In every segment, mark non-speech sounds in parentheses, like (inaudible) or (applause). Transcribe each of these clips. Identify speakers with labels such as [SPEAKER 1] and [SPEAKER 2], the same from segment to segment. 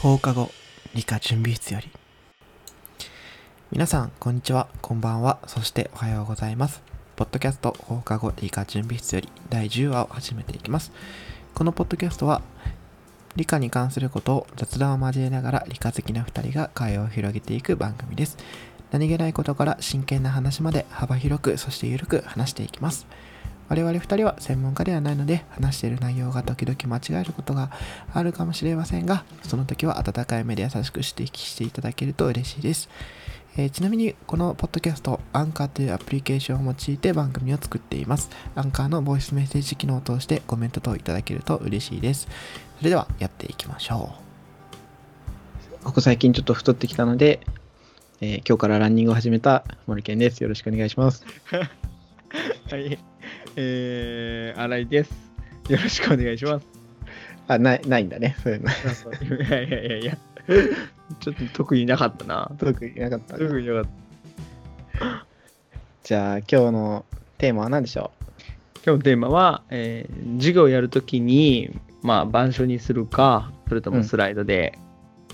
[SPEAKER 1] 放課後理科準備室より皆さんこんにちはこんばんはそしておはようございますポッドキャスト放課後理科準備室より第10話を始めていきますこのポッドキャストは理科に関することを雑談を交えながら理科好きな2人が会話を広げていく番組です何気ないことから真剣な話まで幅広くそして緩く話していきます我々2人は専門家ではないので話している内容が時々間違えることがあるかもしれませんがその時は温かい目で優しく指摘していただけると嬉しいです、えーちなみにこのポッドキャストアンカーというアプリケーションを用いて番組を作っていますアンカーのボイスメッセージ機能を通してコメント等いただけると嬉しいですそれではやっていきましょうここ最近ちょっと太ってきたので、えー今日からランニングを始めた森健ですよろしくお願いします
[SPEAKER 2] はい。えー、新井です。よろしくお願いします。
[SPEAKER 1] あないないんだねそういうの (laughs)
[SPEAKER 2] いやいやいやいや。ちょっと特になかったな。
[SPEAKER 1] 特になかった
[SPEAKER 2] 特になかった。
[SPEAKER 1] じゃあ今日のテーマは何でしょ
[SPEAKER 2] 今日のテーマは、えー授業をやるときに、まあ、板書にするか、それともスライドで、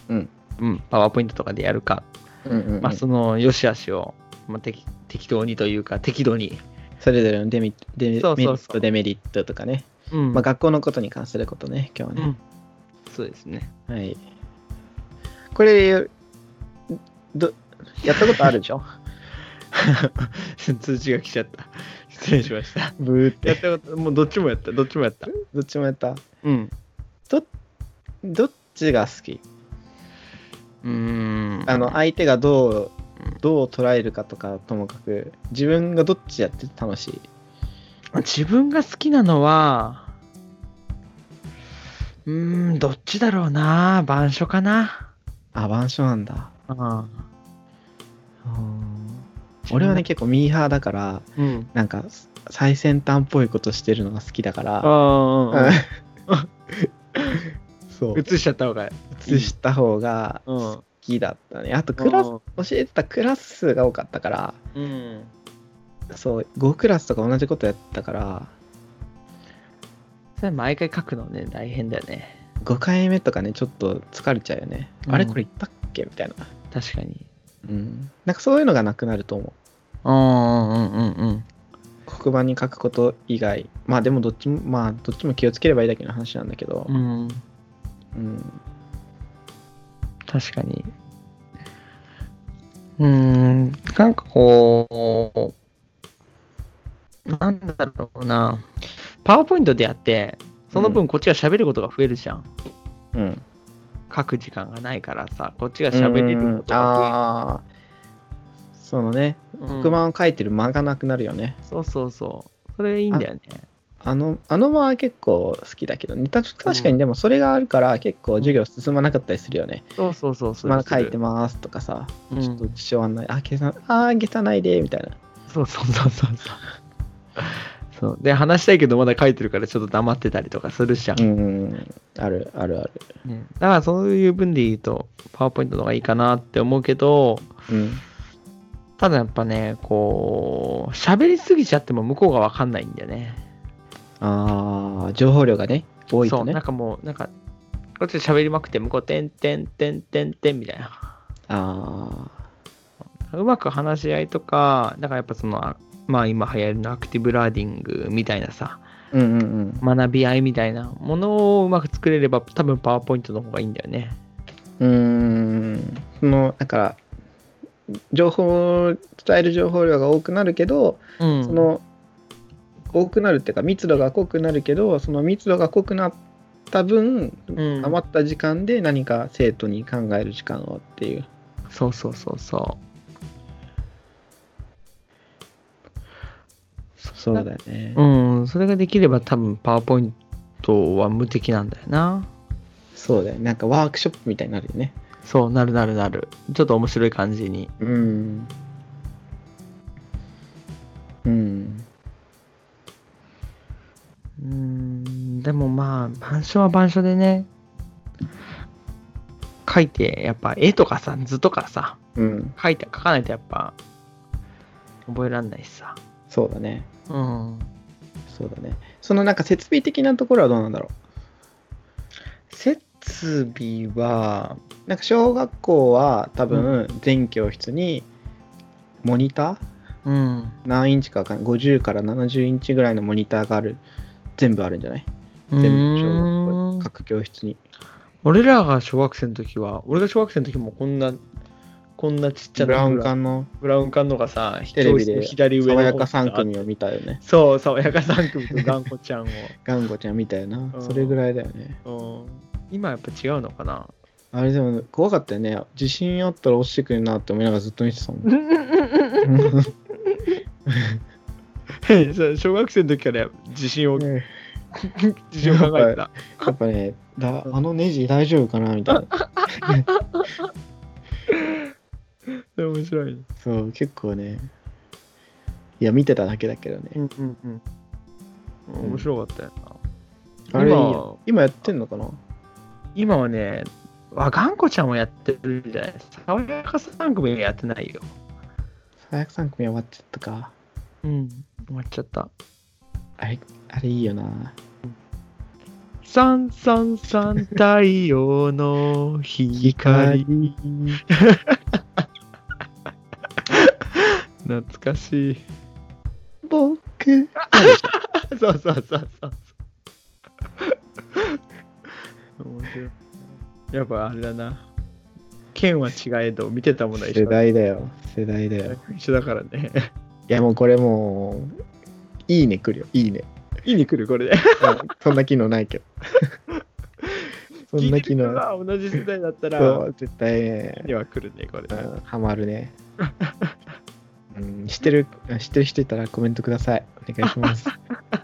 [SPEAKER 1] うん
[SPEAKER 2] うん、パワーポイントとかでやるか、
[SPEAKER 1] う、うんうんうん
[SPEAKER 2] まあ、その良し悪しを、まあ、適適当にというか、適度に、
[SPEAKER 1] それぞれのデメデメ
[SPEAKER 2] そうそ
[SPEAKER 1] メリ
[SPEAKER 2] うそう
[SPEAKER 1] ット、デメリットとかね。
[SPEAKER 2] うん
[SPEAKER 1] まあ、学校のことに関することね、今日
[SPEAKER 2] う
[SPEAKER 1] はね
[SPEAKER 2] ん。そうですね。 (laughs)
[SPEAKER 1] はい。これ、どやったことあるでし
[SPEAKER 2] (laughs)
[SPEAKER 1] ょ
[SPEAKER 2] 通知が来ちゃった。失礼しました。
[SPEAKER 1] ブーっ。
[SPEAKER 2] やってたこと、もうどっちもやった、どっちもやった。
[SPEAKER 1] どっちもやった。
[SPEAKER 2] うん。
[SPEAKER 1] どっちが好き
[SPEAKER 2] うん。
[SPEAKER 1] あの、相手がど
[SPEAKER 2] うん
[SPEAKER 1] う、どう捉えるかとか、ともかく、自分がどっちやってて楽しい。
[SPEAKER 2] 自分が好きなのは、うーん、どっちだろうな。板書かな。
[SPEAKER 1] あ、板書なんだ。
[SPEAKER 2] うん。
[SPEAKER 1] 俺はね、、結構ミーハーだから、
[SPEAKER 2] うん。
[SPEAKER 1] なんか、最先端っぽいことしてるのが好きだから、
[SPEAKER 2] あ
[SPEAKER 1] そう
[SPEAKER 2] 映しちゃった方がいい。
[SPEAKER 1] 移した方が
[SPEAKER 2] うん
[SPEAKER 1] 好きだったね。あとクラス、教えてたクラス数が多かったから、
[SPEAKER 2] うん。
[SPEAKER 1] そう、5クラスとか同じことやったから、
[SPEAKER 2] それ毎回書くのね、大変だよね。
[SPEAKER 1] 5回目とかね、ちょっと疲れちゃうよね。
[SPEAKER 2] うん
[SPEAKER 1] あれこれ言ったっけみたいな。
[SPEAKER 2] 確かに。
[SPEAKER 1] うん。なんかそういうのがなくなると思う。
[SPEAKER 2] うんうんうんうん。
[SPEAKER 1] 黒板に書くこと以外、まあでもどっちも、まあどっちも気をつければいいだけの話なんだけど、
[SPEAKER 2] うん。
[SPEAKER 1] うん。
[SPEAKER 2] 確かに。うーん、なんかこう、なんだろうな。パワーポイントでやって、その分こっちが喋ることが増えるじゃん。
[SPEAKER 1] うん。
[SPEAKER 2] 書く時間がないからさ、こっちが喋れることが
[SPEAKER 1] ああー。そのね、
[SPEAKER 2] 増える。う
[SPEAKER 1] 黒
[SPEAKER 2] ん
[SPEAKER 1] 板を書いてる間がなくなるよね。
[SPEAKER 2] そうそうそう。それいいんだよね。
[SPEAKER 1] あの、あの間は結構好きだけどね。た確かにでもそれがあるから結構授業進まなかったりするよね。
[SPEAKER 2] そうそうそう。それ
[SPEAKER 1] まだ書いてますとかさ、
[SPEAKER 2] うん
[SPEAKER 1] ちょっと自信はない。あ、消さ、あー、消さないで、みたいな。
[SPEAKER 2] そうそうそうそうそう。そうで、話したいけどまだ書いてるからちょっと黙ってたりとかするじゃん。
[SPEAKER 1] うん、あるあるある。
[SPEAKER 2] ね、だからそういう分で言うと、パワーポイントの方がいいかなって思うけど、
[SPEAKER 1] うん。
[SPEAKER 2] ただやっぱね、こう、喋りすぎちゃっても向こうがわかんないんだよね。
[SPEAKER 1] あー、情報量がね、多い
[SPEAKER 2] そ
[SPEAKER 1] と
[SPEAKER 2] う、
[SPEAKER 1] ね
[SPEAKER 2] なん。かもう、なんか、こっちで喋りまくって、向こう、てんてんてんてんてんみたいな。
[SPEAKER 1] あ
[SPEAKER 2] うまく話し合いとか、だからやっぱその、あまあ今流行りのアクティブラーディングみたいなさ、
[SPEAKER 1] ー、うんうんうん。
[SPEAKER 2] 学び合いみたいなものをうまく作れれば、多分パワーポイントの方がいいんだよね。
[SPEAKER 1] うーん、その、だから、情報、伝える情報量が多くなるけど、
[SPEAKER 2] うん。
[SPEAKER 1] その、多くなるっていうか、密度が濃くなるけど、その密度が濃くなった分、
[SPEAKER 2] うん、
[SPEAKER 1] 余った時間で何か生徒に考える時間をっていう。
[SPEAKER 2] そうそうそうそう。
[SPEAKER 1] そうだよね。
[SPEAKER 2] うん、それができれば多分パワーポイントは無敵なんだよな。
[SPEAKER 1] そうだよね。なんかワークショップみたいになるよね。
[SPEAKER 2] そう、なるなるなる。ちょっと面白い感じに。
[SPEAKER 1] うん。うん。
[SPEAKER 2] うーん、でもまあ、板書は板書でね、書いて、やっぱ絵とかさ、図とかさ、
[SPEAKER 1] うん。
[SPEAKER 2] 書いて、書かないとやっぱ、覚えらんないしさ。
[SPEAKER 1] そうだね。
[SPEAKER 2] うん。
[SPEAKER 1] そうだね。そのなんか設備的なところはどうなんだろ
[SPEAKER 2] 設
[SPEAKER 1] 設備は、なんか小学校は多分全教室にモニター
[SPEAKER 2] うん。
[SPEAKER 1] 何インチかわかんない50から70インチぐらいのモニターがある全部あるんじゃない全部小学校
[SPEAKER 2] うーん
[SPEAKER 1] 各教室に
[SPEAKER 2] 俺らが小学生の時は、俺が小学生の時もこんな、こんなちっちゃ
[SPEAKER 1] ブ
[SPEAKER 2] な
[SPEAKER 1] ラウン
[SPEAKER 2] ブラ
[SPEAKER 1] 管の
[SPEAKER 2] ブラウン管のがさ、
[SPEAKER 1] テレビ
[SPEAKER 2] 教室の
[SPEAKER 1] で
[SPEAKER 2] 左上の
[SPEAKER 1] 爽
[SPEAKER 2] 方
[SPEAKER 1] やか3組を見たよね
[SPEAKER 2] そう、爽やか3組と頑
[SPEAKER 1] (laughs)
[SPEAKER 2] 固ちゃん
[SPEAKER 1] ガンゴちゃん見たよな
[SPEAKER 2] うん
[SPEAKER 1] それぐらいだよね
[SPEAKER 2] を。うん、今やっぱ違うのかな
[SPEAKER 1] あれでも怖かったよね地震あったら落ちてくるなって思いながらずっと見て
[SPEAKER 2] (laughs)
[SPEAKER 1] たもん
[SPEAKER 2] そう小学生の時から自信を、
[SPEAKER 1] ね
[SPEAKER 2] 自信を考えてた。
[SPEAKER 1] やっぱねだあのネジ大丈夫かなみたいな
[SPEAKER 2] それ面白いね。
[SPEAKER 1] そう結構ねいや見てただけだけどね
[SPEAKER 2] んうんうん。面白かったよな。
[SPEAKER 1] あれいい
[SPEAKER 2] 今
[SPEAKER 1] よ今やってんのかな
[SPEAKER 2] 今はね、あ、頑固ちゃんもやってるんじゃない爽やか3組はやってないよ。
[SPEAKER 1] 最悪3組終わっちゃったか
[SPEAKER 2] うん。終わっちゃった。
[SPEAKER 1] あれあれいいよな
[SPEAKER 2] さんさんさん太陽の光。懐かしい。
[SPEAKER 1] 僕
[SPEAKER 2] (laughs) そうそうそうそうそう。面白い。やっぱあれだな。剣は違えど、見てたものは一
[SPEAKER 1] 世
[SPEAKER 2] 緒だ
[SPEAKER 1] 代だよ世代だよ
[SPEAKER 2] 一緒だからね。
[SPEAKER 1] いやもうこれもういいね来るよいい
[SPEAKER 2] (laughs)
[SPEAKER 1] ね
[SPEAKER 2] いいに来る、
[SPEAKER 1] (laughs)
[SPEAKER 2] これで。
[SPEAKER 1] うんそんな機能ない
[SPEAKER 2] (laughs)
[SPEAKER 1] けどそん
[SPEAKER 2] 聞
[SPEAKER 1] ない
[SPEAKER 2] て
[SPEAKER 1] 機
[SPEAKER 2] る人
[SPEAKER 1] 能
[SPEAKER 2] が同じ世代だった
[SPEAKER 1] そ
[SPEAKER 2] ら、
[SPEAKER 1] う絶対ね
[SPEAKER 2] には来るね、これ
[SPEAKER 1] う
[SPEAKER 2] で。
[SPEAKER 1] んハマるねうん知ってる知ってる人いたらコメントくださいお願いします (laughs)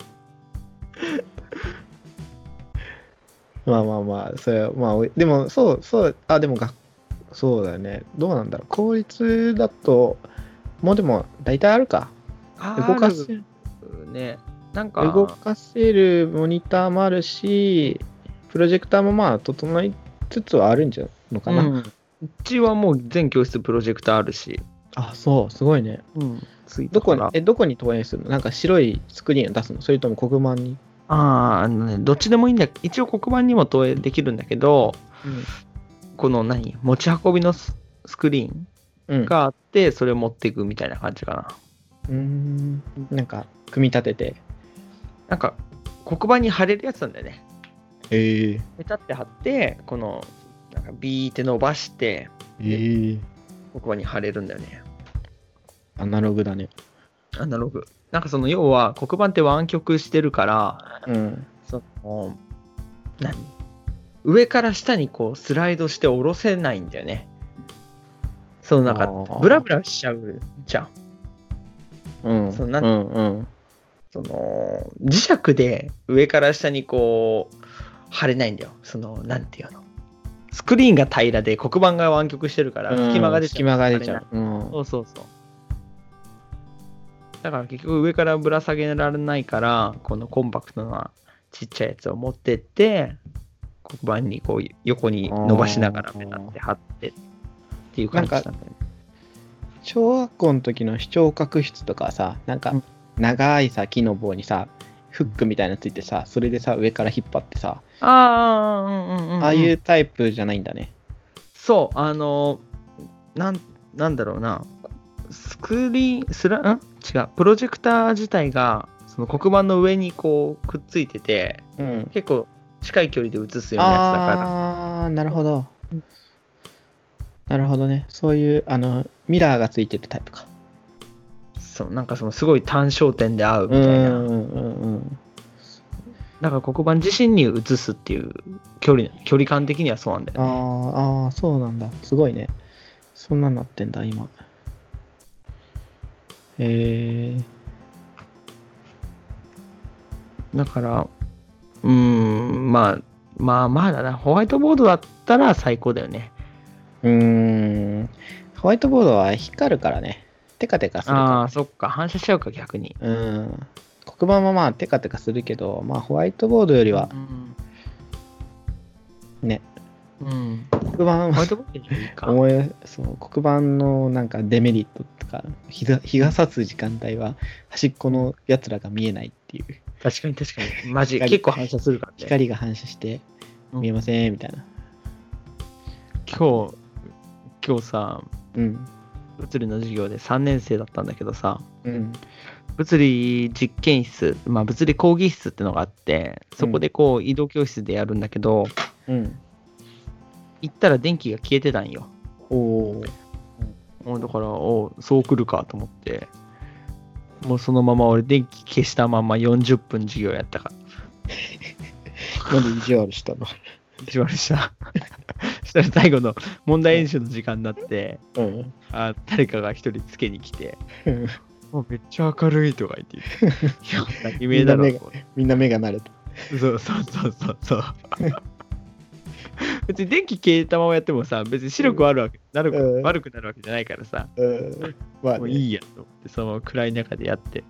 [SPEAKER 1] まあまあまあそれはまあおいでもそうそうあでもがそうだよねどうなんだろう効率だともうでも大体あるか動か
[SPEAKER 2] す
[SPEAKER 1] せ
[SPEAKER 2] ね。なんか、
[SPEAKER 1] 動かせるモニターもあるしプロジェクターもまあ整いつつはあるんじゃのかな、
[SPEAKER 2] うんうちはもう全教室プロジェクターあるし、
[SPEAKER 1] あそうすごいねど
[SPEAKER 2] ど
[SPEAKER 1] こ
[SPEAKER 2] こ
[SPEAKER 1] に
[SPEAKER 2] だ
[SPEAKER 1] えどこに投影するのなんか白いスクリーンを出すのそれとも黒板に、
[SPEAKER 2] ああ、あのね、どっちでもいいんだ一応黒板にも投影できるんだけど、この何持ち運びのススクリーン
[SPEAKER 1] うんうん
[SPEAKER 2] があって、それを持っていくみたいな感じかな。
[SPEAKER 1] うーんなんか組み立てて
[SPEAKER 2] なんか、黒板に貼れるやつなんだよね。
[SPEAKER 1] ええ
[SPEAKER 2] ペタって貼って、この、なんかビーって伸ばして、
[SPEAKER 1] ええ
[SPEAKER 2] 黒板に貼れるんだよね。
[SPEAKER 1] アナログだね
[SPEAKER 2] アナログ。なんかその、要は黒板って湾曲してるから、
[SPEAKER 1] うん
[SPEAKER 2] その、何上から下にこうスライドして下ろせないんだよね。そのなん
[SPEAKER 1] あ
[SPEAKER 2] か
[SPEAKER 1] ー、
[SPEAKER 2] ブラブラしちゃうじゃん。
[SPEAKER 1] うん
[SPEAKER 2] そうなん
[SPEAKER 1] うんうん
[SPEAKER 2] その、磁石で上から下にこう、貼れないんだよ。その、なんていうの。スクリーンが平らで黒板が湾曲してるから、隙間が出ちゃう。
[SPEAKER 1] 隙間が出ちゃ、
[SPEAKER 2] 貼れない
[SPEAKER 1] う
[SPEAKER 2] う
[SPEAKER 1] ん、
[SPEAKER 2] そうそうそう。だから結局上からぶら下げられないから、このコンパクトなちっちゃいやつを持ってって、黒板にこう横に伸ばしながら
[SPEAKER 1] あー
[SPEAKER 2] ペタって貼ってっていう感じだったね。
[SPEAKER 1] 小学校の時の視聴覚室とかはさなんか
[SPEAKER 2] うん
[SPEAKER 1] 長いさ木の棒にさフックみたいなのついてさそれでさ上から引っ張ってさ、
[SPEAKER 2] ああ、うんうんうんうん。
[SPEAKER 1] ああいう。タイプじゃないんだね
[SPEAKER 2] そう、あの、なんなんだろうな。スクリーン、すら、ん違う。プロジェクター自体が、その黒板の上にこうくっついてて、
[SPEAKER 1] うん
[SPEAKER 2] 結構近い距離で映すようなやつだから。
[SPEAKER 1] ああーなるほどなるほどねそういうあのミラーがついてるタイプか
[SPEAKER 2] そうなんかそのすごい単焦点で合うみ
[SPEAKER 1] う
[SPEAKER 2] た
[SPEAKER 1] ん
[SPEAKER 2] いな、
[SPEAKER 1] うんうん
[SPEAKER 2] だから黒板自身に映すっていう距離距離感的にはそうなんだ
[SPEAKER 1] あ
[SPEAKER 2] よね
[SPEAKER 1] ーあーそうなんだすごいねそんなんなってんだ今えー、
[SPEAKER 2] だからうーんまあまあまあだなホワイトボードだったら最高だよね
[SPEAKER 1] うーんホワイトボードは光るからねテカテカする
[SPEAKER 2] あ
[SPEAKER 1] か
[SPEAKER 2] あそっか反射しちゃうか逆に
[SPEAKER 1] らうん黒板もまあテカテカするけどまあホワイトボードよりは
[SPEAKER 2] うん
[SPEAKER 1] ね
[SPEAKER 2] うん
[SPEAKER 1] 黒板
[SPEAKER 2] ホワイトボードよりいい
[SPEAKER 1] (laughs)
[SPEAKER 2] か
[SPEAKER 1] 思いそう黒板のなんかデメリットとか日が日が差す時間帯は端っこのやつらが見えないっていう
[SPEAKER 2] 確かに確かにマジ
[SPEAKER 1] 光
[SPEAKER 2] 結構反射するからね
[SPEAKER 1] 光が反射して見えませんみたいな、
[SPEAKER 2] 今日、今日さ、
[SPEAKER 1] うん。
[SPEAKER 2] 物理の授業で3年生だったんだけどさ、
[SPEAKER 1] うん。
[SPEAKER 2] 物理実験室、まあ、物理講義室ってのがあって、そこでこう移動教室でやるんだけど、
[SPEAKER 1] うん。
[SPEAKER 2] 行ったら電気が消えてたんよ。
[SPEAKER 1] おお。
[SPEAKER 2] もうだから、おうそう来るかと思って、もうそのまま俺電気消したまま40分授業やったから、
[SPEAKER 1] なんで意地悪したの
[SPEAKER 2] 意地悪した。 (laughs) そしたら最後の問題演習の時間になって、
[SPEAKER 1] うん。
[SPEAKER 2] あ誰かが一人つけに来て、
[SPEAKER 1] うん
[SPEAKER 2] あめっちゃ明るいとか言
[SPEAKER 1] (laughs)
[SPEAKER 2] って言って、いや、何名だろ
[SPEAKER 1] み
[SPEAKER 2] うん
[SPEAKER 1] な目がみんな目が慣れた。
[SPEAKER 2] そうそうそうそうそう。 (laughs) 別に電気消えたままやってもさ、別に白くあるわけ、なる
[SPEAKER 1] うん
[SPEAKER 2] 悪くなるわけじゃないからさ、
[SPEAKER 1] うん。まあ、
[SPEAKER 2] もう
[SPEAKER 1] ね、
[SPEAKER 2] いいやと思って、そのまま暗い中でやって。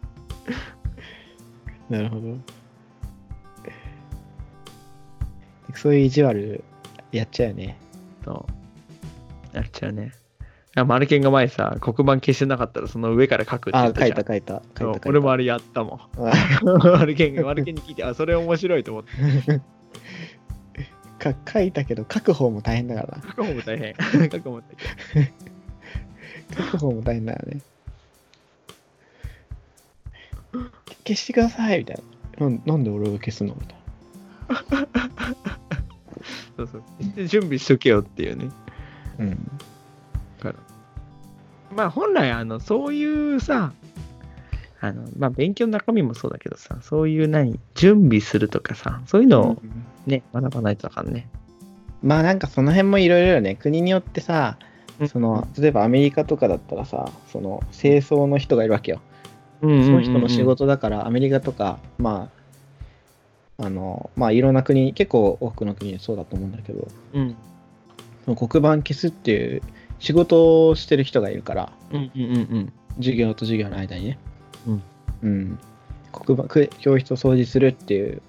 [SPEAKER 1] なるほど。そういう意地悪やっちゃうよね。
[SPEAKER 2] そう。やっちゃうね。あマルケンが前さ、黒板消してなかったらその上から書くって言
[SPEAKER 1] あ
[SPEAKER 2] っ、
[SPEAKER 1] 書
[SPEAKER 2] た
[SPEAKER 1] い
[SPEAKER 2] じゃん
[SPEAKER 1] た。書いた。書い
[SPEAKER 2] そう
[SPEAKER 1] た。
[SPEAKER 2] 俺もあ
[SPEAKER 1] れ。
[SPEAKER 2] れやったもん。
[SPEAKER 1] あ
[SPEAKER 2] (laughs) マルケンが、マルケンに聞いて、あ、それ面白いと思って。
[SPEAKER 1] (laughs) か書いたけど、書く方も大変だからな。
[SPEAKER 2] 書く方も大
[SPEAKER 1] (laughs)
[SPEAKER 2] 変。書く方も大変。
[SPEAKER 1] 書く方も大変だよね。消してくださいみたいな。なんなんで俺が消すのみたい
[SPEAKER 2] そうそう。で準備しとけよっていうね。
[SPEAKER 1] な。うん。
[SPEAKER 2] まあ本来あのそういうさあのまあ勉強の中身もそうだけどさそういう何準備するとかさそういうのを
[SPEAKER 1] うん
[SPEAKER 2] ね、学ばないとあかんね
[SPEAKER 1] まあなんかその辺もいろいろよね国によってさ
[SPEAKER 2] うん
[SPEAKER 1] その例えばアメリカとかだったらさその清掃の人がいるわけよ、
[SPEAKER 2] そ
[SPEAKER 1] その人の仕事だからアメリカとかまああのまあいろんな国結構多くの国でそうだと思うんだけど
[SPEAKER 2] うん
[SPEAKER 1] その黒板消すっていう仕事をしてる人がいるから
[SPEAKER 2] うんうんうん
[SPEAKER 1] 授業と授業の間にね
[SPEAKER 2] うん、
[SPEAKER 1] うん、黒板く教室を掃除するっていう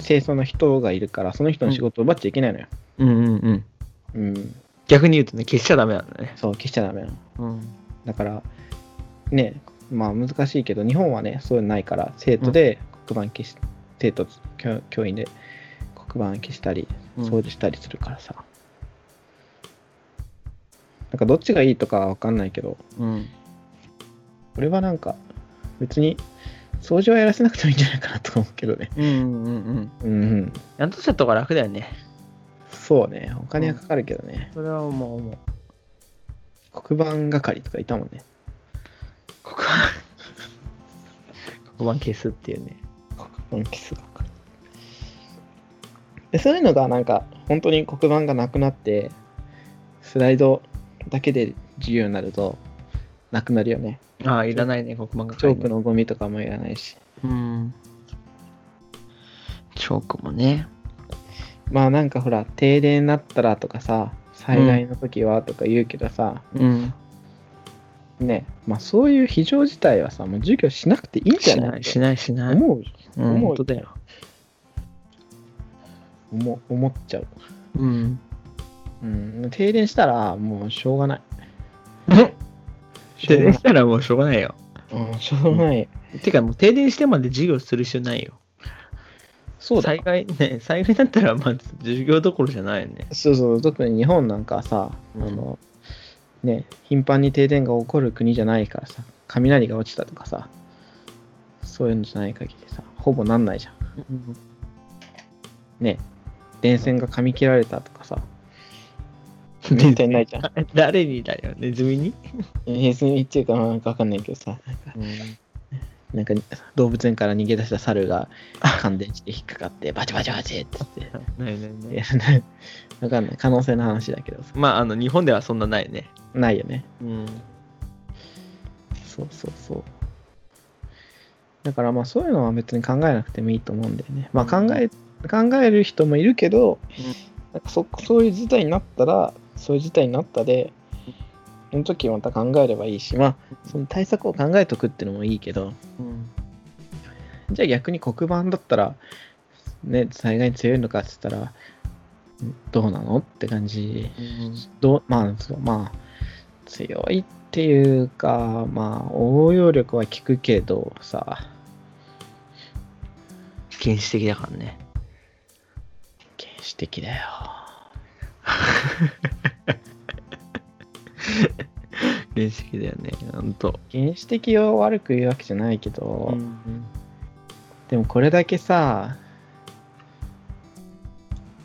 [SPEAKER 1] 清掃の人がいるからその人の仕事を奪っちゃいけないのよ、
[SPEAKER 2] うんうんうんうん
[SPEAKER 1] うん、
[SPEAKER 2] 逆に言うとね消しちゃダメなんだね
[SPEAKER 1] そう消しちゃダメなの
[SPEAKER 2] うん
[SPEAKER 1] だから、ね、まあ難しいけど、日本はね、そういうのないから、生徒で黒板消し、生徒、教教員で黒板消したり、
[SPEAKER 2] うん
[SPEAKER 1] 掃除したりするからさ。なんかどっちがいいとかは分かんないけど、
[SPEAKER 2] うん
[SPEAKER 1] 俺はなんか、別に、掃除はやらせなくてもいいんじゃないかなとか思うけどね。 (laughs)
[SPEAKER 2] うんうんうん
[SPEAKER 1] うん、うん。
[SPEAKER 2] やっとしたとか楽だよね
[SPEAKER 1] そうね、お金はかかるけどね。
[SPEAKER 2] それはもう思う
[SPEAKER 1] 黒板係とかいたもんね。
[SPEAKER 2] ここ黒板消すっていうね
[SPEAKER 1] 黒板消す係。でそういうのがなんか本当に黒板がなくなってスライドだけで自由になるとなくなるよね
[SPEAKER 2] ああいらないね黒板が
[SPEAKER 1] チョークのゴミとかもいらないし
[SPEAKER 2] うんチョークもね
[SPEAKER 1] まあなんかほら停電になったらとかさ災害の時はとか言うけどさ、
[SPEAKER 2] うん
[SPEAKER 1] ねまあそういう非常事態はさもう授業しなくていいんじゃ
[SPEAKER 2] し
[SPEAKER 1] な
[SPEAKER 2] ないいしないしない。
[SPEAKER 1] 思う
[SPEAKER 2] うん
[SPEAKER 1] 思う
[SPEAKER 2] 本当だよ。
[SPEAKER 1] 思う思っちゃう、
[SPEAKER 2] うん。
[SPEAKER 1] うん、停電したらもうしょうがないしょ
[SPEAKER 2] 停
[SPEAKER 1] うが
[SPEAKER 2] 電
[SPEAKER 1] な
[SPEAKER 2] し
[SPEAKER 1] い
[SPEAKER 2] たらもうしょうがないよ。
[SPEAKER 1] うんしょうがない
[SPEAKER 2] てかもう停電してまで授業する必要ないよ。
[SPEAKER 1] そうだ
[SPEAKER 2] 災害ね、 (laughs) 災害だったらまあ授業どころじゃないよね。
[SPEAKER 1] そうそう、特に日本なんかはさ、
[SPEAKER 2] うん
[SPEAKER 1] あの、ね、頻繁に停電が起こる国じゃないからさ、雷が落ちたとかさ、そういうのじゃない限りさ、ほぼなんないじゃん。ね、電線が噛み切られたと
[SPEAKER 2] (laughs)
[SPEAKER 1] かさ、めったにないじゃん。
[SPEAKER 2] (laughs) 誰にだよ、ネズミに、
[SPEAKER 1] 平成にっていうかなんかわかんないけどさ、なんか動物園から逃げ出した猿が感電して引っかかって、バチバチバチって言って
[SPEAKER 2] ないない
[SPEAKER 1] い
[SPEAKER 2] ない。
[SPEAKER 1] や。わかん (laughs) ない。可能性の話だけどさ、
[SPEAKER 2] まああの日本ではそんなないね。
[SPEAKER 1] ないよね。
[SPEAKER 2] うん。
[SPEAKER 1] そうそうそう。だからまあそういうのは別に考えなくてもいいと思うんだよね。まあ考え、考える人もいるけど、なんかそそういう事態になったら、そういう事態になったで、その時また考えればいいし、まあその対策を考えとくっていうのもいいけど、じゃあ逆に黒板だったら、ね、災害に強いのかって言ったら、どうなのって感じどうまあそうまあ強いっていうかまあ応用力は効くけどさ
[SPEAKER 2] 原始的だからね。
[SPEAKER 1] 原始的だよ
[SPEAKER 2] 原始的だよね。ほんと。
[SPEAKER 1] 原始的を悪く言うわけじゃないけど、でもこれだけさ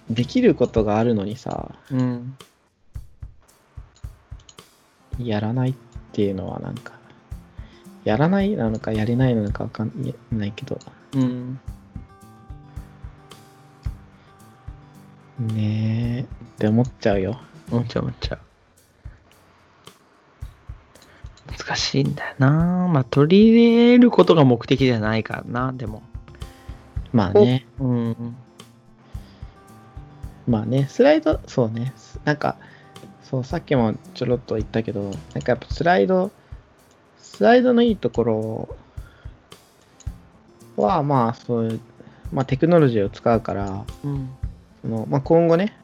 [SPEAKER 1] できることがあるのにさ
[SPEAKER 2] うん。
[SPEAKER 1] やらないっていうのはなんかやらないなのかやれないなのかわかんないけど
[SPEAKER 2] うん。
[SPEAKER 1] ねえって思っちゃうよ
[SPEAKER 2] もちゃもちゃ。難しいんだよな。まあ、取り入れることが目的じゃないからな、でも。
[SPEAKER 1] まあね
[SPEAKER 2] うん。
[SPEAKER 1] まあねスライドそうねすなんかそうさっきもちょろっと言ったけどなんかやっぱスライドスライドのいいところはまあそういう、まあ、テクノロジーを使うから
[SPEAKER 2] うん。
[SPEAKER 1] その、まあ、今後ね、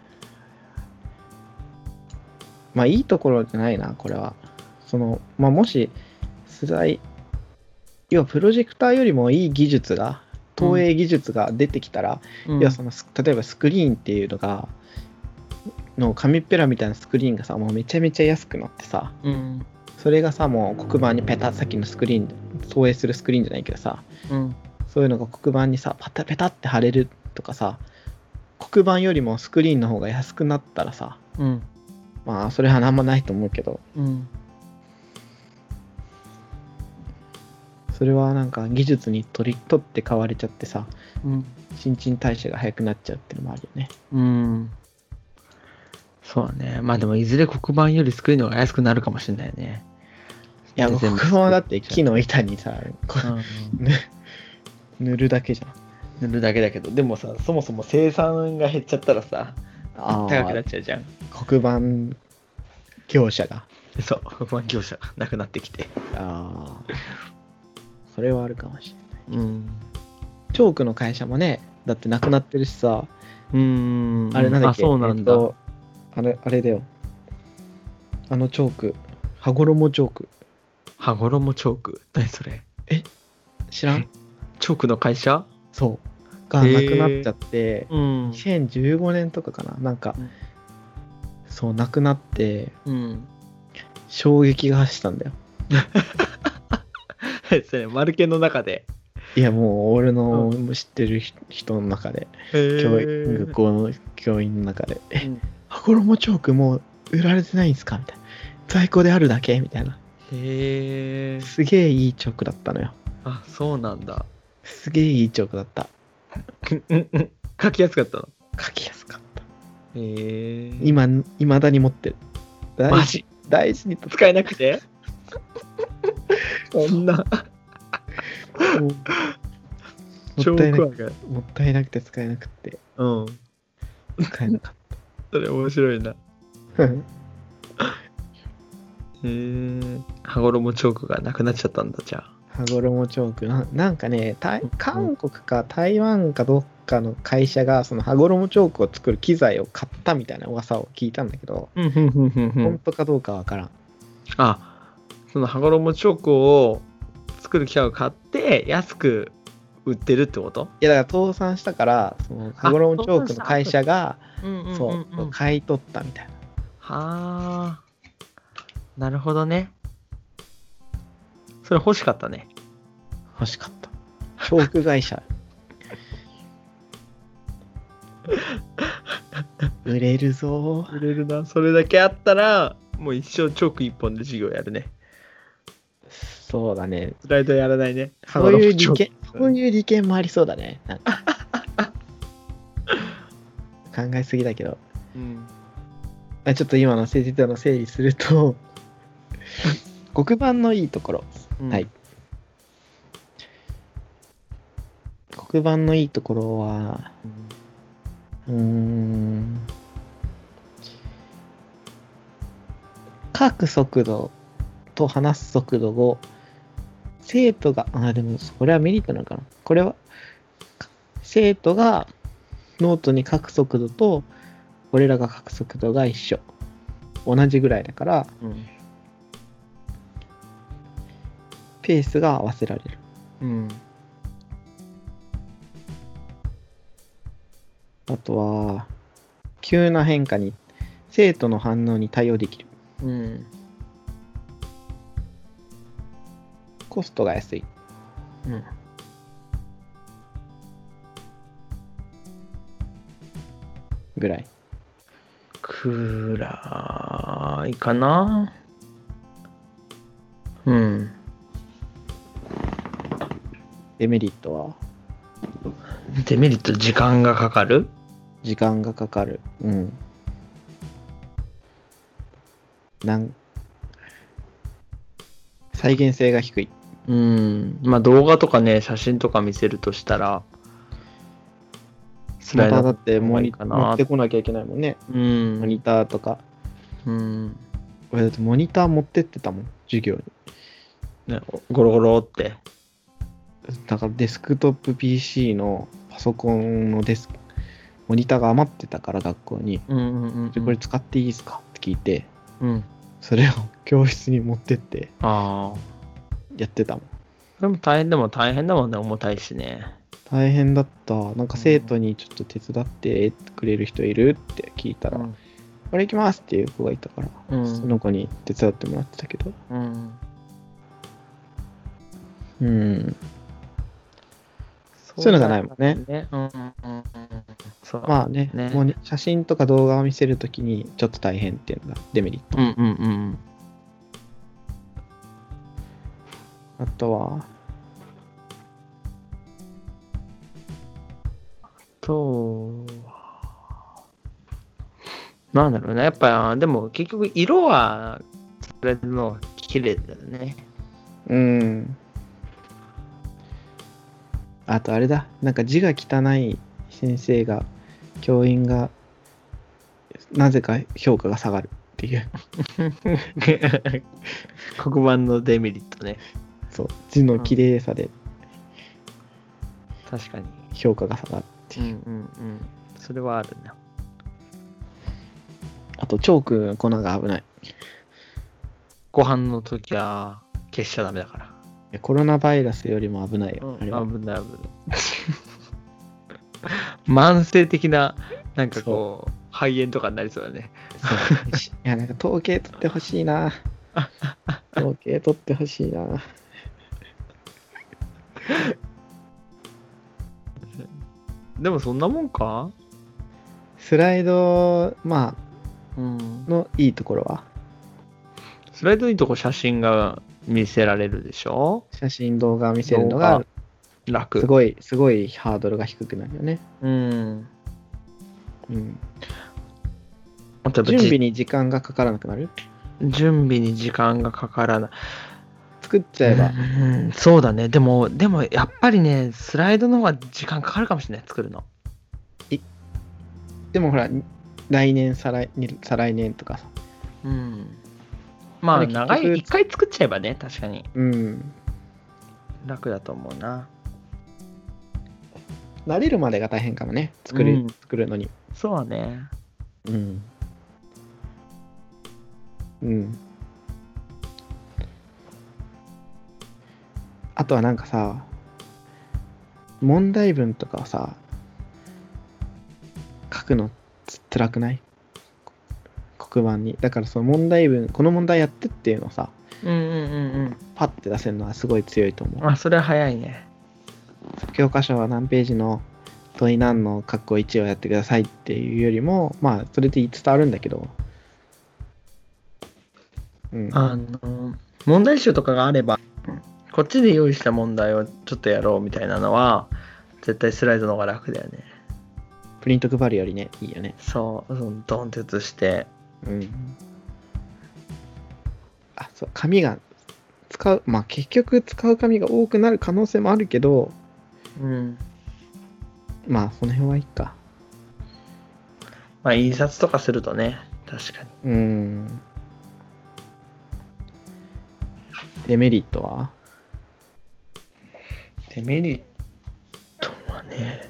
[SPEAKER 1] まあ、いいところじゃないな、これは。その、まあ、もし、スライ、要はプロジェクターよりもいい技術が、投影技術が出てきたら、
[SPEAKER 2] うん
[SPEAKER 1] 要はそのス、例えばスクリーンっていうのが、の紙っぺらみたいなスクリーンがさ、もうめちゃめちゃ安くなってさ、
[SPEAKER 2] うん。
[SPEAKER 1] それがさ、もう黒板にペタッ、さっきのスクリーン、投影するスクリーンじゃないけどさ、
[SPEAKER 2] うん。
[SPEAKER 1] そういうのが黒板にさ、パタペタって貼れるとかさ、黒板よりもスクリーンの方が安くなったらさ、
[SPEAKER 2] うん。
[SPEAKER 1] まあ、それはあんまないと思うけど、
[SPEAKER 2] うん。
[SPEAKER 1] それはなんか技術に取り取って買われちゃってさ、
[SPEAKER 2] うん。
[SPEAKER 1] 新陳代謝が早くなっちゃうっていうのもあるよね。
[SPEAKER 2] うん。そうだね。まあでも、いずれ黒板より作るのが安くなるかもしれないね。
[SPEAKER 1] いや、
[SPEAKER 2] 全然
[SPEAKER 1] 黒板はだって木の板にさ、こ
[SPEAKER 2] うん
[SPEAKER 1] うね塗るだけじゃん。
[SPEAKER 2] 塗るだけだけど、でもさ、そもそも生産が減っちゃったらさ、
[SPEAKER 1] あー
[SPEAKER 2] 高くなっちゃうじゃん。
[SPEAKER 1] 黒板業者が。
[SPEAKER 2] そう、黒板業者がなくなってきて。
[SPEAKER 1] ああ。それはあるかもしれない。
[SPEAKER 2] うん。
[SPEAKER 1] チョークの会社もね、だってなくなってるしさ、
[SPEAKER 2] うん。
[SPEAKER 1] あれなんだっけ、
[SPEAKER 2] あ、そうなんだ。
[SPEAKER 1] えっとあれ、あれだよ。あのチョーク。羽衣チョーク。
[SPEAKER 2] 羽衣チョーク。何それ
[SPEAKER 1] 知らん
[SPEAKER 2] チョークの会社
[SPEAKER 1] そう。がなくなっちゃって、
[SPEAKER 2] うん。
[SPEAKER 1] 2015年とかかな。なんか、
[SPEAKER 2] うん
[SPEAKER 1] そう、なくなって、
[SPEAKER 2] うん。
[SPEAKER 1] 衝撃が走ったんだよ。
[SPEAKER 2] (laughs) それ、丸系の中で。
[SPEAKER 1] いや、もう、俺の
[SPEAKER 2] う
[SPEAKER 1] 知ってる人人の中で、教
[SPEAKER 2] 教
[SPEAKER 1] 員学校の教員の中で、え、羽衣チョークもう売られてないんですかみたいな。在庫であるだけみたいな。
[SPEAKER 2] へえ。
[SPEAKER 1] すげえいいチョークだったのよ。
[SPEAKER 2] あ、そうなんだ。
[SPEAKER 1] すげえいいチョークだった。
[SPEAKER 2] うんうん。書きやすかったの。
[SPEAKER 1] 書きやすかった。
[SPEAKER 2] へえ。
[SPEAKER 1] 今、いまだに持ってる。大
[SPEAKER 2] マ
[SPEAKER 1] 事
[SPEAKER 2] ジ
[SPEAKER 1] 大事に使
[SPEAKER 2] 使えなく (laughs) てそんな、
[SPEAKER 1] う。も
[SPEAKER 2] (laughs) チョ
[SPEAKER 1] ったいな
[SPEAKER 2] ー
[SPEAKER 1] く
[SPEAKER 2] クが。
[SPEAKER 1] もったいなくて使えなくて、
[SPEAKER 2] うん。
[SPEAKER 1] 使えなかっ
[SPEAKER 2] それ面白いな。へ (laughs)
[SPEAKER 1] た。
[SPEAKER 2] え。羽衣チョークがなくなっちゃったんだ、じゃあ。
[SPEAKER 1] 羽衣チョークな、なんかね、台韓国か台湾かどっかの会社が、その羽衣チョークを作る機材を買ったみたいな噂を聞いたんだけど、
[SPEAKER 2] うんうんうんうんう
[SPEAKER 1] 本
[SPEAKER 2] ん。
[SPEAKER 1] 当かどうかわからん。
[SPEAKER 2] あ、その羽衣チョークを作る機械を買って、安く売ってるってこと
[SPEAKER 1] いや、だから倒産したから、その羽衣チョークの会社が、
[SPEAKER 2] うんうん
[SPEAKER 1] そう、
[SPEAKER 2] うんは
[SPEAKER 1] 買い取ったみたいな。
[SPEAKER 2] あ。なるほどね。それ欲しかったね。
[SPEAKER 1] 欲しかった。チョーク会 (laughs) 社。売れるぞー
[SPEAKER 2] 売れるな。それだけあったら、もう一生チョーク一本で授業やるね。
[SPEAKER 1] そうだね。
[SPEAKER 2] スライドやらないね。
[SPEAKER 1] そういう
[SPEAKER 2] チョ
[SPEAKER 1] 利
[SPEAKER 2] ーク
[SPEAKER 1] 権、そういう利権もありそうだね。なんか考えすぎだけど。
[SPEAKER 2] うん。
[SPEAKER 1] あちょっと今の政治との整理する (laughs) と、黒板のいいところ。
[SPEAKER 2] うん
[SPEAKER 1] はい。黒板のいいところは、うーん書く速度と話す速度を生徒が、あ、でもこれはメリットなのかな。これは、か生徒がノートに書く速度と、俺らが書く速度が一緒。同じぐらいだから、
[SPEAKER 2] うん。
[SPEAKER 1] ペースが合わせられる。
[SPEAKER 2] うん。
[SPEAKER 1] あとは、急な変化に、生徒の反応に対応できる。
[SPEAKER 2] うん。
[SPEAKER 1] コストが安い。
[SPEAKER 2] うん。
[SPEAKER 1] ぐらい。
[SPEAKER 2] くらいかなうん。
[SPEAKER 1] デメリットは
[SPEAKER 2] デメリット、時間がかかる
[SPEAKER 1] 時間がかかる。うん。なん再現性が低い。
[SPEAKER 2] うん。まあ動画とかね、写真とか見せるとしたら、ス
[SPEAKER 1] また
[SPEAKER 2] ド
[SPEAKER 1] だってモ
[SPEAKER 2] い
[SPEAKER 1] ニ
[SPEAKER 2] いか
[SPEAKER 1] 持
[SPEAKER 2] な
[SPEAKER 1] ってこなきゃいけないもんね。
[SPEAKER 2] う
[SPEAKER 1] モ
[SPEAKER 2] ん。
[SPEAKER 1] ニターとか。
[SPEAKER 2] うん。
[SPEAKER 1] 俺だってモニター持ってってたもん、授業に。
[SPEAKER 2] ねゴロゴロって。
[SPEAKER 1] だからデスクトップ PC のパソコンのデスク、モニターが余ってたから学校に。
[SPEAKER 2] うんうんうん、
[SPEAKER 1] でこれ使っていいですかって聞いて、
[SPEAKER 2] うん。
[SPEAKER 1] それを教室に持ってって
[SPEAKER 2] ああ。
[SPEAKER 1] やってたもん。
[SPEAKER 2] でも大変でも大変だもんね、重たいしね。
[SPEAKER 1] 大変だった。なんか生徒にちょっと手伝ってくれる人いるって聞いたら、これ行きますっていう子がいたから、
[SPEAKER 2] うん
[SPEAKER 1] その子に手伝ってもらってたけど。
[SPEAKER 2] うん。
[SPEAKER 1] うん。そういうのがないもんね。
[SPEAKER 2] ね。うんうんうんうん。そう。
[SPEAKER 1] まあね、
[SPEAKER 2] ね
[SPEAKER 1] もうね写真とか動画を見せるときにちょっと大変っていうのがデメリット。
[SPEAKER 2] うんうんうん
[SPEAKER 1] あとは、
[SPEAKER 2] と、なんだろうね。やっぱ、でも結局色は、それの綺麗だよね。
[SPEAKER 1] うん。あとあれだ、なんか字が汚い先生が、教員が、なぜか評価が下がるっていう。
[SPEAKER 2] (laughs) 黒板のデメリットね。
[SPEAKER 1] そう、字の綺麗さで
[SPEAKER 2] 確かに。
[SPEAKER 1] 評価が下がる。
[SPEAKER 2] うんうんうん。それはあるな。
[SPEAKER 1] あと、チョークの粉が危ない。
[SPEAKER 2] ご飯の時は消しちゃダメだから。
[SPEAKER 1] コロナバイラスよりも危 (laughs) ないよ。あれは。
[SPEAKER 2] 危ない (laughs) 危ない。慢性的な、なんかこう、肺炎とかになりそうだね。
[SPEAKER 1] そうしいや、なんか統計取ってほしいな。統計取ってほしいな。
[SPEAKER 2] でもそんなもんか
[SPEAKER 1] スライド、ま
[SPEAKER 2] うん
[SPEAKER 1] あ、。のいいところは
[SPEAKER 2] スライドにとこ写真が見せられるでしょ
[SPEAKER 1] 写真、動画を見せるのが、
[SPEAKER 2] 楽。
[SPEAKER 1] すごい、すごいハードルが低くなるよね。
[SPEAKER 2] うん。
[SPEAKER 1] うん。
[SPEAKER 2] あとやっぱ
[SPEAKER 1] 準
[SPEAKER 2] じ
[SPEAKER 1] 備に時間がかからなくなる
[SPEAKER 2] 準備に時間がかからない。
[SPEAKER 1] 作っちゃえば。
[SPEAKER 2] うんそうだね。でも、でもやっぱりね、スライドの方が時間かかるかもしれない、作るの。
[SPEAKER 1] でもほら、来年、再来に再来年とかさ。
[SPEAKER 2] うん。まあ、
[SPEAKER 1] あれ結局
[SPEAKER 2] 長い、一回作っちゃえばね、確かに。
[SPEAKER 1] うん。
[SPEAKER 2] 楽だと思うな。
[SPEAKER 1] 慣れるまでが大変かもね。作る、
[SPEAKER 2] うん
[SPEAKER 1] 作るのに。
[SPEAKER 2] そうだね。
[SPEAKER 1] うん。うん。あとはなんかさ、問題文とかをさ、書くのつ辛くない黒板に。だからその問題文、この問題やってっていうのをさ、
[SPEAKER 2] うんうんうん
[SPEAKER 1] パッて出せるのはすごい強いと
[SPEAKER 2] う
[SPEAKER 1] 思
[SPEAKER 2] ん。あ、それは早いね。
[SPEAKER 1] う。教科書は何ページの問い何の括弧1をやってくださいっていうよりも、まあ、それで伝わるんだけど。うん。
[SPEAKER 2] あの、問題集とかがあれば、こっちで用意した問題をちょっとやろうみたいなのは、絶対スライドの方が楽だよね。
[SPEAKER 1] プリント配るよりね、いいよね。
[SPEAKER 2] そう、そのドンって写して。
[SPEAKER 1] うん。あ、そう、紙が使う、まあ結局使う紙が多くなる可能性もあるけど、
[SPEAKER 2] うん。
[SPEAKER 1] まあその辺はいいか。
[SPEAKER 2] まあ、印刷とかするとね、確かに。
[SPEAKER 1] うん。デメリットは
[SPEAKER 2] デメリットはね、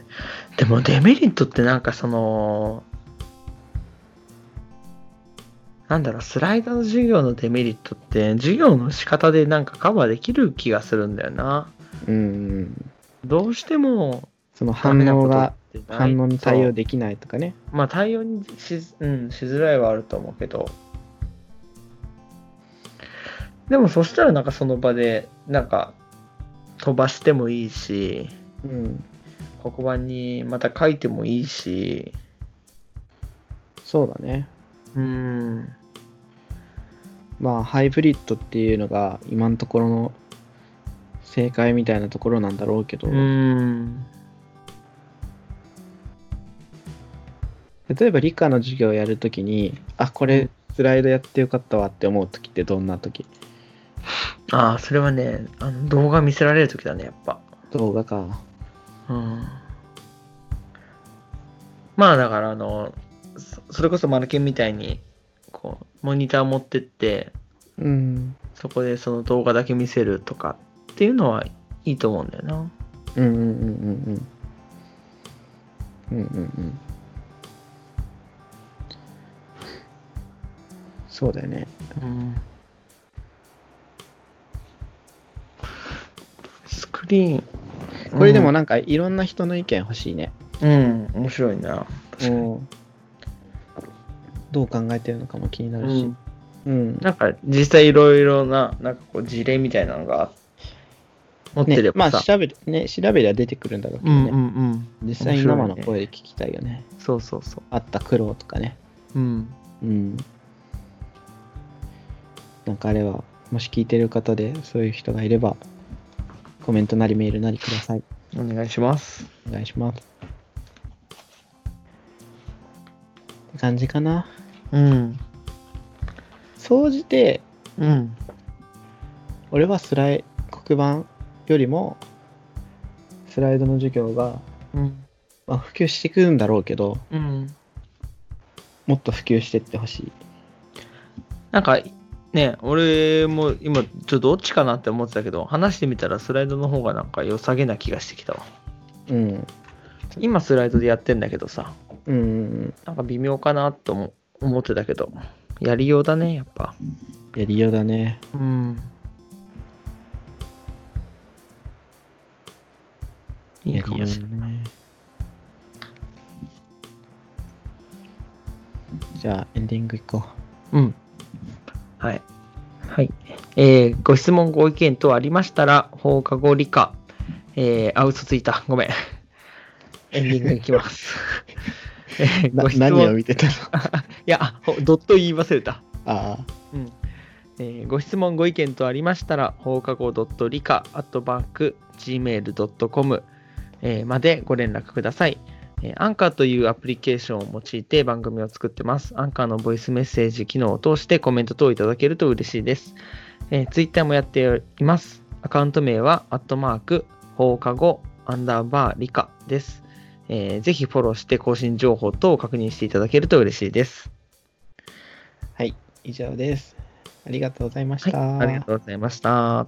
[SPEAKER 2] でもデメリットってなんかその、なんだろう、スライドの授業のデメリットって、授業の仕方でなんかカバーできる気がするんだよな。
[SPEAKER 1] うん。
[SPEAKER 2] どうしても
[SPEAKER 1] その
[SPEAKER 2] ダ
[SPEAKER 1] 反
[SPEAKER 2] メなこ
[SPEAKER 1] 応
[SPEAKER 2] と
[SPEAKER 1] が
[SPEAKER 2] っ、てない、
[SPEAKER 1] 反応に対応
[SPEAKER 2] そう
[SPEAKER 1] できないとかね。
[SPEAKER 2] まあ対応にし,、うん、しづらいはあると思うけど。でもそしたらなんかその場でなんか飛ばしてもいいし
[SPEAKER 1] うん。
[SPEAKER 2] 黒板にまた書いてもいいし
[SPEAKER 1] そうだね。
[SPEAKER 2] うん
[SPEAKER 1] まあ、ハイブリッドっていうのが今のところの正解みたいなところなんだろうけど、
[SPEAKER 2] うん
[SPEAKER 1] 例えば理科の授業をやるときに、あ、これスライドやってよかったわって思うときってどんなとき
[SPEAKER 2] ああそれはねあの動画見せられる時だねやっぱ
[SPEAKER 1] 動画か。
[SPEAKER 2] うんまあだからあのそそれこそマルケンみたいにこうモニター持ってって
[SPEAKER 1] うん。
[SPEAKER 2] そこでその動画だけ見せるとかっていうのはいいと思うんだよな
[SPEAKER 1] うんうんうんうんうん。うんうんうん。そうだよね。
[SPEAKER 2] うんスクリーン
[SPEAKER 1] これでもなんかいろんな人の意見欲しいね。
[SPEAKER 2] うん、面白いな
[SPEAKER 1] うんどう考えてるのかも気にな
[SPEAKER 2] う
[SPEAKER 1] るし。
[SPEAKER 2] ん、
[SPEAKER 1] うん。
[SPEAKER 2] なんか実際いろいろななんかこう事例みたいなのが持って
[SPEAKER 1] ね
[SPEAKER 2] れ、
[SPEAKER 1] ま
[SPEAKER 2] ば
[SPEAKER 1] あ
[SPEAKER 2] さ、
[SPEAKER 1] 調べる、ね、調べりゃ出てくるんだろうけ
[SPEAKER 2] う
[SPEAKER 1] ど
[SPEAKER 2] ん
[SPEAKER 1] ね。
[SPEAKER 2] うんうん
[SPEAKER 1] 実際に
[SPEAKER 2] 面白いね
[SPEAKER 1] 生の声で聞きたいよね。
[SPEAKER 2] そうそうそ
[SPEAKER 1] あった苦労とかね。
[SPEAKER 2] ううん
[SPEAKER 1] うん。なんかあれば、もし聞いてる方でそういう人がいれば、コメントなりメールなりください。
[SPEAKER 2] お願いします
[SPEAKER 1] お願いします。って感じかな。
[SPEAKER 2] うん
[SPEAKER 1] 総じて、
[SPEAKER 2] うん
[SPEAKER 1] 俺はスライ黒板よりもスライドの授業が、
[SPEAKER 2] うん
[SPEAKER 1] まあ、普及していくんだろうけど
[SPEAKER 2] うん
[SPEAKER 1] もっと普及していってほしい
[SPEAKER 2] なんかね俺も今ちょっとどっちかなって思ってたけど話してみたらスライドの方がなんか良さげな気がしてきたわ
[SPEAKER 1] うん
[SPEAKER 2] 今スライドでやってんだけどさ
[SPEAKER 1] うん
[SPEAKER 2] なんか微妙かなとも思ってたけどやりようだねやっぱ
[SPEAKER 1] やりようだね
[SPEAKER 2] うんいいかもしれ
[SPEAKER 1] や
[SPEAKER 2] ない
[SPEAKER 1] りようだねじゃあエンディングいこ
[SPEAKER 2] うん。はい。はい。えーご質問、ご意見等ありましたら、放課後理科、えー、あ、嘘ついた。ごめん。エンディングいきます。え
[SPEAKER 1] う
[SPEAKER 2] ー
[SPEAKER 1] (laughs) な
[SPEAKER 2] (laughs) ご質
[SPEAKER 1] 何を
[SPEAKER 2] 問、い
[SPEAKER 1] 見てたの (laughs)
[SPEAKER 2] や、あほドット言い忘れた。
[SPEAKER 1] ああ
[SPEAKER 2] うんえーご質問、ご意見とありましたら、放課後理科アットバーク gmail.com えーまでご連絡ください。えーアンカーというアプリケーションを用いて番組を作ってます。アンカーのボイスメッセージ機能を通してコメント等をいただけると嬉しいです。えー、Twitter もやっています。アカウント名は、アットマーク、放課後、アンダーバー、理科です、えーぜひフォローして更新情報等を確認していただけると嬉しいです。
[SPEAKER 1] はい以上ですありがとうございまし
[SPEAKER 2] はい、
[SPEAKER 1] た、
[SPEAKER 2] ありがとうございました。